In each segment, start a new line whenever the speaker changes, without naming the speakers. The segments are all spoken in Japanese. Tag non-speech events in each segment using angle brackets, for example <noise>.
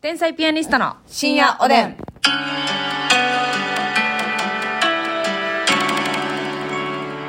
天才ピアニストの
深夜おでん。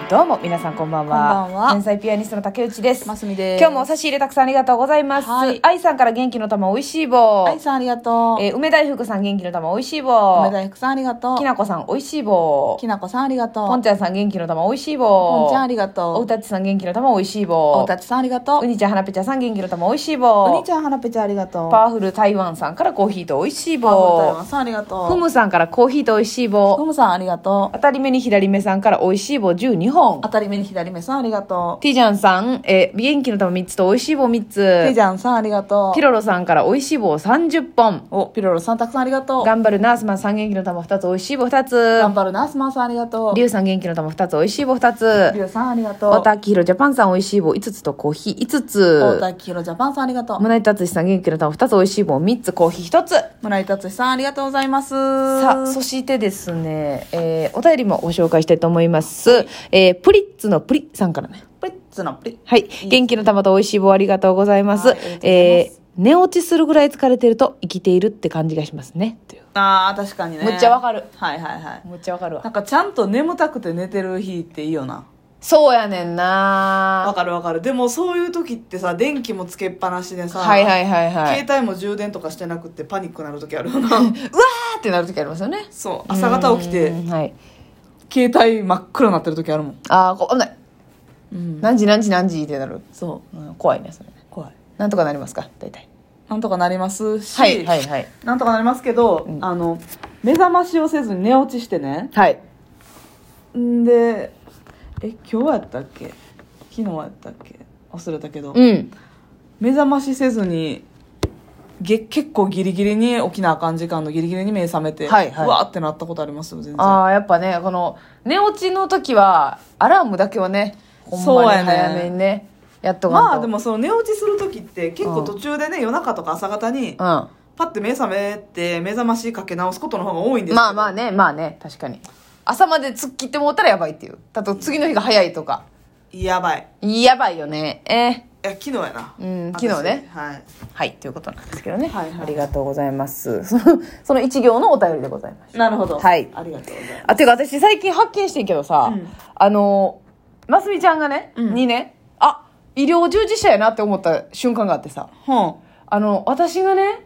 どうも皆さんこんばんは。
こんばんは
天才ピアニストの竹内です。
ますみです
今日もお差し入れたくさんありがとうございます。
はい
愛さんから元気の玉美味しい棒。
愛さんありがとう。
えー梅大福さん元気の玉美味しい棒。
梅田福さんありがとう。
きなこさん美味しい棒
き。なこさんありがとう。
ぽんちゃんさん元気の玉美味しい棒。
ぽんちゃんありがとう
おうたちさん元気の玉美味しい
お
棒。
たちさんありがとう。
うにちゃんはなぺちゃんさん元気の玉美味しい棒。
お兄ちゃんはなぺちゃんありがとう。
パワフル台湾さんからコーヒーと美味しい
パワフル台湾
棒。
さんありがとう。
ふむさんからコーヒーと美味しい棒
ふ。むさんありがとう。
当たり目に左目さんから美味しい棒12本
当。たり目に左目さんありがとう。
ティジャンさん、えー、元気の玉3つと美味しい棒3
て
つ
じ。ゃんさんありがとう。
ピロロさんから美味しい棒30本。
お、ピロロさんたくさんありがとう。
頑張るナースマンさん元気の玉2つ美味しい棒2つ。
頑張るナースマンさんありがとう。
リュウさん元気の玉2つ美味しい棒2
り
つ。
ゅうさんありがとう。
わたきひろジャパンさん美味しい棒5つとコーヒー5
太
つ。
田きひろジャパンさんありがとう。
胸井達志さん元気の玉2つ美味しい棒3つ、コーヒー1つ。
村井達志さんありがとうございます。
さあ、そしてですね、えー、お便りもご紹介したいと思います。えー、プリッツのプリさんからね。
プリッツのプリ。
はい。元気の玉と美味しい棒ありがとうございます。
はいありがとうございま
え
す
ー寝落ちするぐらい疲れてると生きているって感じがしますね。という
ああ、確かにね。
むっちゃわかる。
はいはいはい。
むっちゃわかる
な
わ。
んかちゃんと眠たくて寝てる日っていいよな。
そうやねん
わ
な
かるわかる。でもそういう時ってさ、電気もつけっぱなしでさ、
はいはいはいはい。
携帯も充電とかしてなくってパニックなる時あるよな。
うわーってなる時ありますよね。
<laughs> そう、朝方起きて
う、んはい。
携帯真っ暗になってる時あるもん。
ああ、こ危ない。
うん。
何時何時何時ってなる。
そ
うん怖いね、それ。
う。怖い。
なんとかなりますか、大体。
なんとかなりますし、
はいはいはい。
なんとかなりますけど、あの、目覚ましをせずに寝落ちしてね。
はい。
んで、え、今日やったっけ昨日やったっけ忘れたけど、
うん。
目覚ましせずに、げ結構ギリギリに起きなあかん時間のギリギリに目覚めて、
はいはいう
わーってなったことありますよ、全然。
ああ、やっぱね、この、寝落ちの時は、アラームだけはね、ほん
そう
ま
や
に
ね
早めにね、やっとかんと。
まあでもその寝落ちする時って結構途中でね、夜中とか朝方に
うん。ま
パッて目覚めて目覚ましかけ直すことの方が多いんですけど
あまあね、まあね、確かに。朝まで突っ切ってもうたらやばいっていう。だと次の日が早いとか。
やばい
やばいよね。え
いや昨日やな
うん昨日ね
私はい
ーはい、ということなんですけどね。
はいはい
ありがとうございます。 <laughs> その、その一行のお便りでございました。
なるほど
はい
ありがとうございま
あ、ていうか私最近発見してんけどさ、
うん
あの、ますみちゃんがね、
うん
にね、あ、医療従事者やなって思った瞬間があってさ、
すほ
あの、私がね、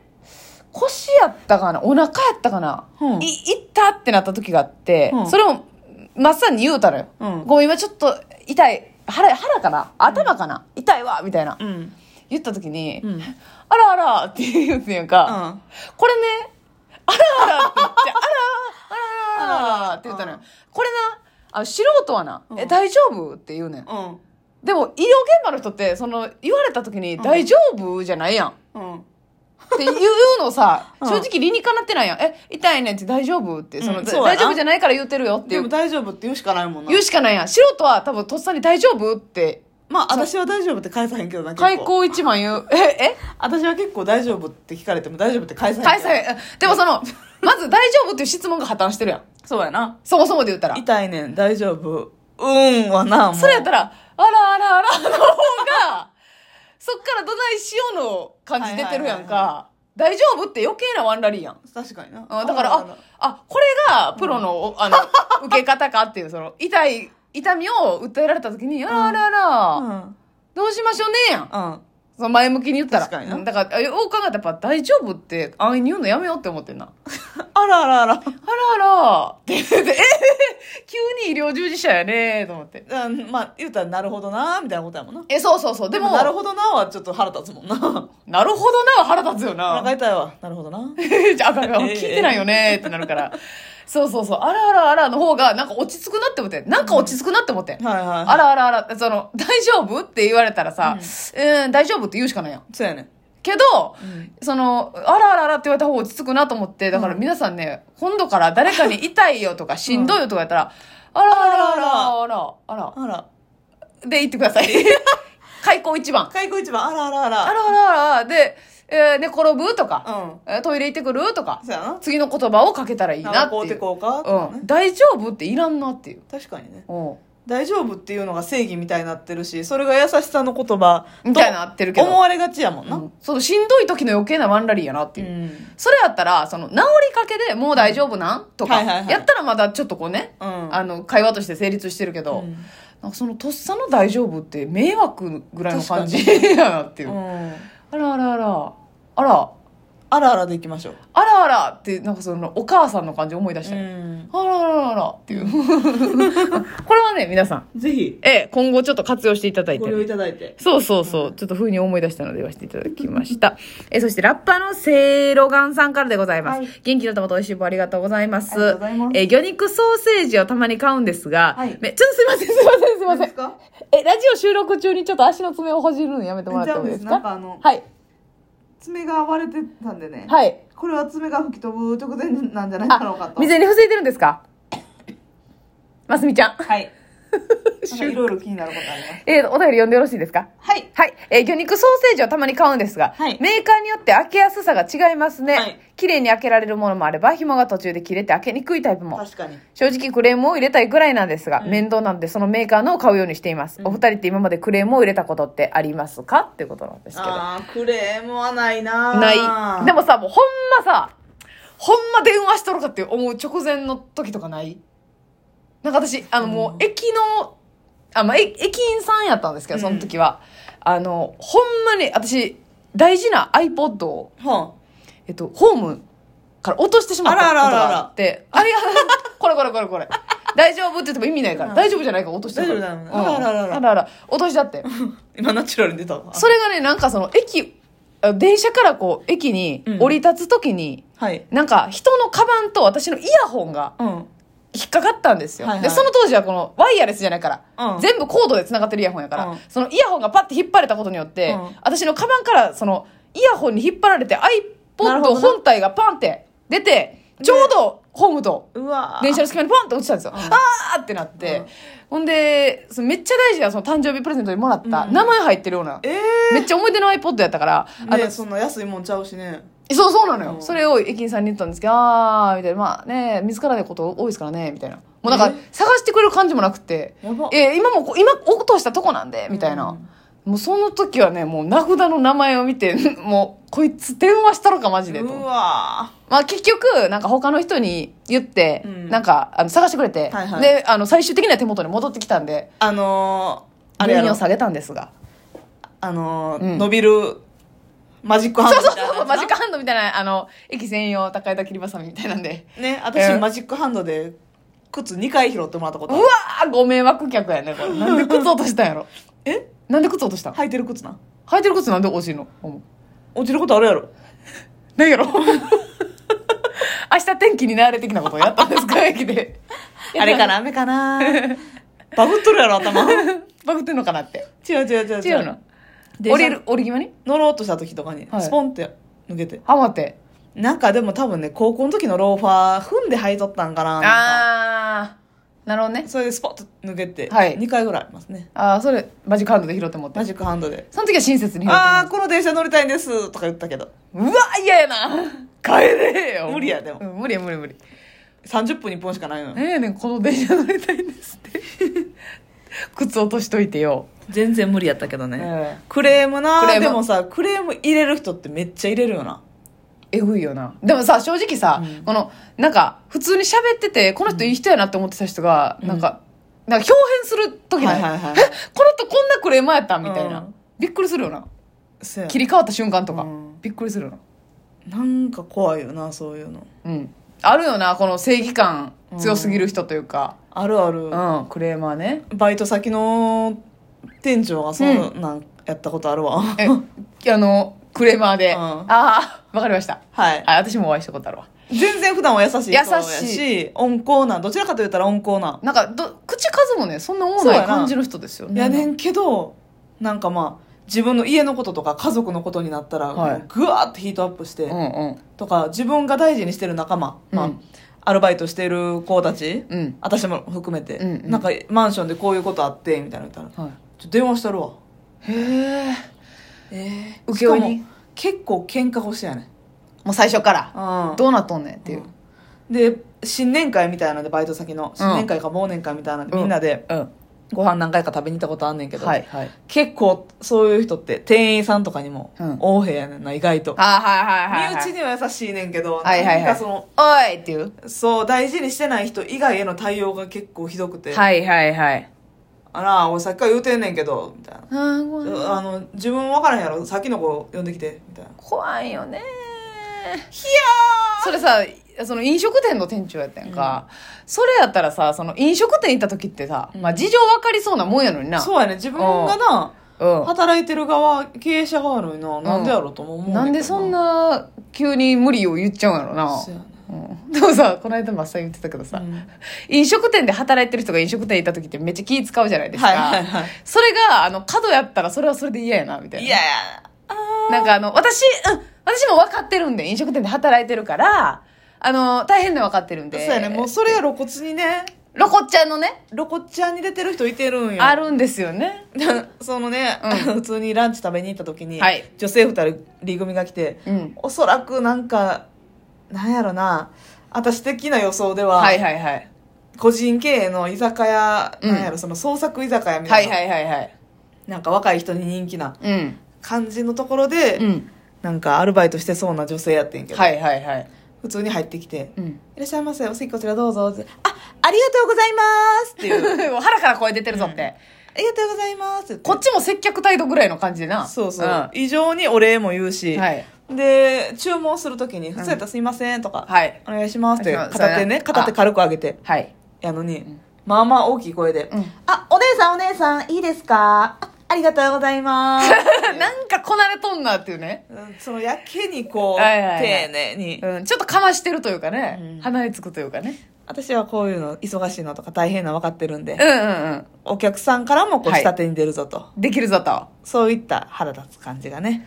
腰やったかなお腹やったかな、
うん
い、いったってなった時があって、
うん
それを、まっさんに言うたのよ。
うん
ごめん、今ちょっと痛い。腹、腹かな頭かな、痛いわみたいな。
うんうん
言った時に、
うん
あらあらって言うんやんか、これね、あらあらって言って、あらあらあらって言ったのよ。これな、あ素人はな、
うん
え、大丈夫って言うねん。
うん
でも、医療現場の人って、その、言われた時に、
ん
大丈夫じゃないやん。
うん
っていうのをさ、
うん
正直理にかなってないやん。え、痛いねんって大丈夫って、その、
うんそうやな
大丈夫じゃないから言うてるよってい
でも
う。
大丈夫って言うしかないもんな
言うしかないやん。素人は多分とっさに大丈夫って、
まあ私は大丈夫って返さへんけどな結構
開口一番言う。え、え
私は結構大丈夫って聞かれても大丈夫って返さへん
返
けど
さへん。でもその、まず大丈夫っていう質問が破綻してるやん。
そうやな
そもそもで言ったら。
痛いねん大丈夫うんはなもう
それやったら、あらあらあらの方が、そっからどないしようの感じ出てるやん
はい
か。大丈夫って余計なワンラリーやん。
確かにな
あだから、あ、あ、これがプロの、
<laughs>
あの、受け方かっていう、その、痛い、痛みを訴えられた時に、あらあらあら、
うん
どうしましょうねやん。
うん
その前向きに言ったら。
確かにな
うんだから、よう考えたらやっぱ大丈夫って、あいに言うのやめようって思ってんな。
あらあらあら
あらあら、って言って、えへへ <laughs> 急に医療従事者やねと思って。
うん、まあ言うたらなるほどなみたいなことやもんな
え、そうそうそう。で
で
も、
もなるほどなはちょっと腹立つもんな
なるほどな、腹立つよ
お
な。
腹痛いわなるほどな
<laughs> じゃあ、あかんあかん聞いてないよねってなるから。そうそうそう。あらあらあらの方が、なんか落ち着くなって思って。なんか落ち着くなって思って。
はいはい
あらあらあら、その、大丈夫って言われたらさ、うん、大丈夫って言うしかないやん。
そうやね
けど、その、あらあらあらって言われた方が落ち着くなと思って、だから皆さんね、今度から誰かに痛いよとかしんどいよとか言ったら、あらあらあらあら、あら、
あら
で言ってくだ <laughs> さい。開口一番。
開口一番あらあらあら
あらあらあら、で、えー、寝転ぶとか、
うん
えートイレ行ってくるとか
そう、やな
次の言葉をかけたらいいな
な
って
んかこうて
いう。
こうかとか
う
ね
ん。大丈夫っていらんなっていう。
確かにね
うん。
大丈夫っていうのが正義みたいになってるし、それが優しさの言葉と
みたいになってるけど
思われがちやもんな。
うんそのしんどい時の余計なワンラリーやなっていう、それやったらその治りかけでもう大丈夫なんとか、
はいはいはい
やったらまだちょっとこうね、
うん
あの会話として成立してるけど、
うん
なんかそのとっさの大丈夫って迷惑ぐらいの感じ <laughs> やなっていう、
うん
あらあらあらあら
あらあらでいきましょう。
あらあらってなんかそのお母さんの感じ思い出した、あらあらあらっていう <laughs> これはね皆さん、
ぜひ、
ええ、今後ちょっと活用していただいて
ご利用いただいて。
そうそうそう。ちょっと風に思い出したので言わせていただきました。え、そしてラッパーのせいろがんさんからでございます。
はい
元気の玉と美味しい棒ありがとうございます。
ありがとうございます
え、魚肉ソーセージをたまに買うんですが、
はい
めちょっとすいません、すいません、すいませ
何
ん
です。か
え、ラジオ収録中にちょっと足の爪をほじるのやめてもらってもいいです
じゃあ
か
ですなんかあの
はい。
爪が割れてたんでね。
はい。
これは爪が吹き飛ぶ直前なんじゃないかろうか
あ
と。、
未然に防いでるんですかますみちゃん。
はい。 <laughs> なんかいろいろ気になることあります。
えーお便り読んでよろしいですか
はい。
はい。えー魚肉ソーセージをたまに買うんですが、
はい
メーカーによって開けやすさが違いますね。
はい
綺麗に開けられるものもあれば、紐が途中で切れて開けにくいタイプも。
確かに。
正直クレームを入れたいぐらいなんですが、
うん
面倒なのでそのメーカーのを買うようにしています。お二人って今までクレームを入れたことってありますかっていうことなんですけど。
あー、クレームはないな
ない。で
も、
もさ、もうほんまさ、ほんま電話しとるかって思う直前の時とかないなんか私、あのもう駅の、あ、まあ、え駅員さんやったんですけど、その時は。あの、ほんまに私、大事な iPod を、
ほ
えっと、ホームから落としてしまったこ
あ
と
らあらあら
があって、あれが、これこれこれこれ。大丈夫って言っても意味ないから、
うん
大丈夫じゃないから落としてるから。
大丈夫だよねあらあらあら
うんあらあら。落としちゃって。
ん。 <laughs> 今、ナチュラルに出たわ
それがね、なんかその駅、あ電車からこう、駅に
うん
降り立つときに、
はい。
なんか人のカバンと私のイヤホンが
うん。
引っかかったんですよ。
はいはい
で、その当時はこのワイヤレスじゃないから、
うん
全部コードで繋がってるイヤホンやから、
うん
そのイヤホンがパッて引っ張れたことによって、
うん
私のカバンからそのイヤホンに引っ張られて
なるほ
iPod
どな
本体がパンって出て、ちょうどホームと
うわー
電車の隙間にパンって落ちたんですよ。あーってなって、
うん
ほんで、そのめっちゃ大事なその誕生日プレゼントにもらった、
うん
名前入ってるような。
ええ
めっちゃ思い出の iPod やったから、あ
ね
の
えそんな安いもんちゃうしね。
そうそうなのよ、
うん
それを駅員さんに言ったんですけど「あー」みたいな「まあね見つからないこと多いですからね」みたいなもうなんか
え
探してくれる感じもなくて
やば
「え今もこ今落としたとこなんで」みたいな、もうその時はねもう名札の名前を見て <laughs> もうこいつ電話したのかマジでと
う
思って
わ
まあ結局なんか他の人に言って、
うん
なんかあの探してくれて、
はいはい
であの最終的には手元に戻ってきたんで
ーあのー、あれや
順位
ろ
を下げたんですが
あのー
うん
伸びるマジックハンド
そう
みた
<laughs> そ
い
そうそう
うなやつな
マジックハンドみたいなあの駅専用高枝切りばさみみたいなんで。
ね私、
うん
マジックハンドで靴2回拾ってもらったこと
う
あ
わ
る
ーご迷惑客やねこれなんで靴落としたんやろ
え
なんで靴落としたん
履いてる靴な
履いてる靴なんで落ちるの思
落ちることあるやろ
うなんやろ明日天気になれ的なことをやったんですか駅で
<laughs> あれかな雨かな
<laughs>
バグっとるやろ頭違
バグってんのかなって
う違う違う
違うの
電車
降りる降り際に
乗ろうとした時とかに、
はい
スポンって抜けて
ハマって
なんかでも多分ね高校の時のローファー踏んで履いとったんかななんか
あーなるほどね
それでスポッと抜けて、
はい
2回ぐらいありますね
ああそれマジカードで拾って持って
マジックハンドで
その時は親切に拾ってもら
あ
っ
あこの電車乗りたいんですとか言ったけど
たうわ嫌やな帰れよ
無理やでも
うん無理や無理無理
30分に1本しかないの
<laughs>
よ
何やねんこの電車乗りたいんですって <laughs> 靴落としといてよ、
全然無理やったけど
え
クレームな
クレーム
でもさクレーム入れる人ってめっちゃ入れるよな
ぐいよなでもさ正直さ、
うん
このなんか普通に喋っててこの人いい人やなって思ってた人が、
うん
なんかなんか表変する時ない、
はいはいはい
えこの人こんなクレーマーやったんみたいな、
うん
びっくりするよな
せや
切り替わった瞬間とか、
うん
びっくりするよな
なんか怖いよなそういうの
うんあるよなこの正義感強すぎる人というか、
あるある、
うんクレーマーね
バイト先の店長がそうなんやったことあるわ、 <laughs>
えあのクレーマーで、
うん
ああわかりました
はい
あ私もお会いしたことあるわ
全然普段は優しい人や
優
し温厚などちらかと言ったら温厚な、
なんかど口数もねそんな多
そう
ない
やな
感じの人ですよね
いやねんけどなんかまあ自分の家のこととか家族のことになったら、
はい
ぐわーってヒートアップして、
うんうん
とか自分が大事にしてる仲間、まあ
うん
アルバイトしてる子たち、
うん
私も含めて、
うんうん
なんかマンションでこういうことあってみたいなの言ったら
はい
ちょ電話したるわ
へえ
ええ
請負人
結構喧嘩腰やね
もう最初から
うん
どうなっとんねんっていう
うんで新年会みたいなのでバイト先の新年会か忘年会みたいなので、みんなで
うん
ご飯何回か食べに行ったことあんねんけど、
はいはい。
結構そういう人って店員さんとかにも
うん、
大部屋やねんな、意外と。
あはいはいはい、
身
はい。
内には優しいねんけど、
はいはいはい
なんかその、
おいっていう。
そう、大事にしてない人以外への対応が結構ひどくて、
はいはいはい。
あら、俺さっきから言うてんねんけど、みたいな。
あーごめん
あの、自分分からへんやろ、さっきの子呼んできて、みたいな。
怖いよね
ひ
それさその飲食店の店長やったやんか、それやったらさその飲食店行った時ってさ、まあ、事情分かりそうなもんやのにな
やーそうやね、自分がな、
うん
働いてる側、経営者側やのにな、なんでやろうとも思うねけど
なんでそんな急に無理を言っちゃうんやろな
そうやね
うん、でもさこの間マッサン言ってたけどさ、
うん
飲食店で働いてる人が飲食店行った時ってめっちゃ気使うじゃないですか、
はいはいはい
それがあの角やったらそれはそれで嫌やなみたいない
やあ
なんかあの、私、うん、私も分かってるんで、飲食店で働いてるから、あの、大変で分かってるん
ー
で。
そうやね、もうそれが露骨にね、
ロコちゃんのね、
露骨ちゃんに出てる人いてるんよ。
あるんですよね。
<laughs> そのね、
う
<laughs> 普通にランチ食べに行った時に、
はい
女性2人組が来て、
うん。
おそらくなんかなんやろな私的な予想では、
はいはいはい。
個人経営の居酒屋、
うん
なんやろその創作居酒屋み
は
たい
い
な、
はいはいはい。
なんか若い人に人気な
うん。
感じのところで、
うん。
なんかアルバイトしてそうな女性やってんけど、
はいはいはい。
普通に入ってきて
うん。 <laughs>
「いらっしゃいませお席こちらどうぞ」ってあありがとうございます」っ
<laughs>
ていう
もう腹から声出てるぞって、
「ありがとうございます」って
こっちも接客態度ぐらいの感じでな。
そうそう、
ん
異常にお礼も言うし、
はい。
で注文するときに「普通やったらすいません」とか、
はい。
お願いします」って
お願いします
片手
そうや
ね
な
片手軽く上げて
はい。
やのに、まあまあ大きい声で「
うん
あお姉さんお姉さんいいですかあありがとうござ
<laughs>
います」
なんかこなれとんなっていうね。
うんそのやけにこう、
はいはいはい
丁寧に、
うん。ちょっとかましてるというかね。
うん
離れつくというかね。
私はこういうの忙しいのとか大変なの分かってるんで、
うんうんうん。
お客さんからもこう
はい
下手に出るぞと、
できるぞと。
そういった腹立つ感じがね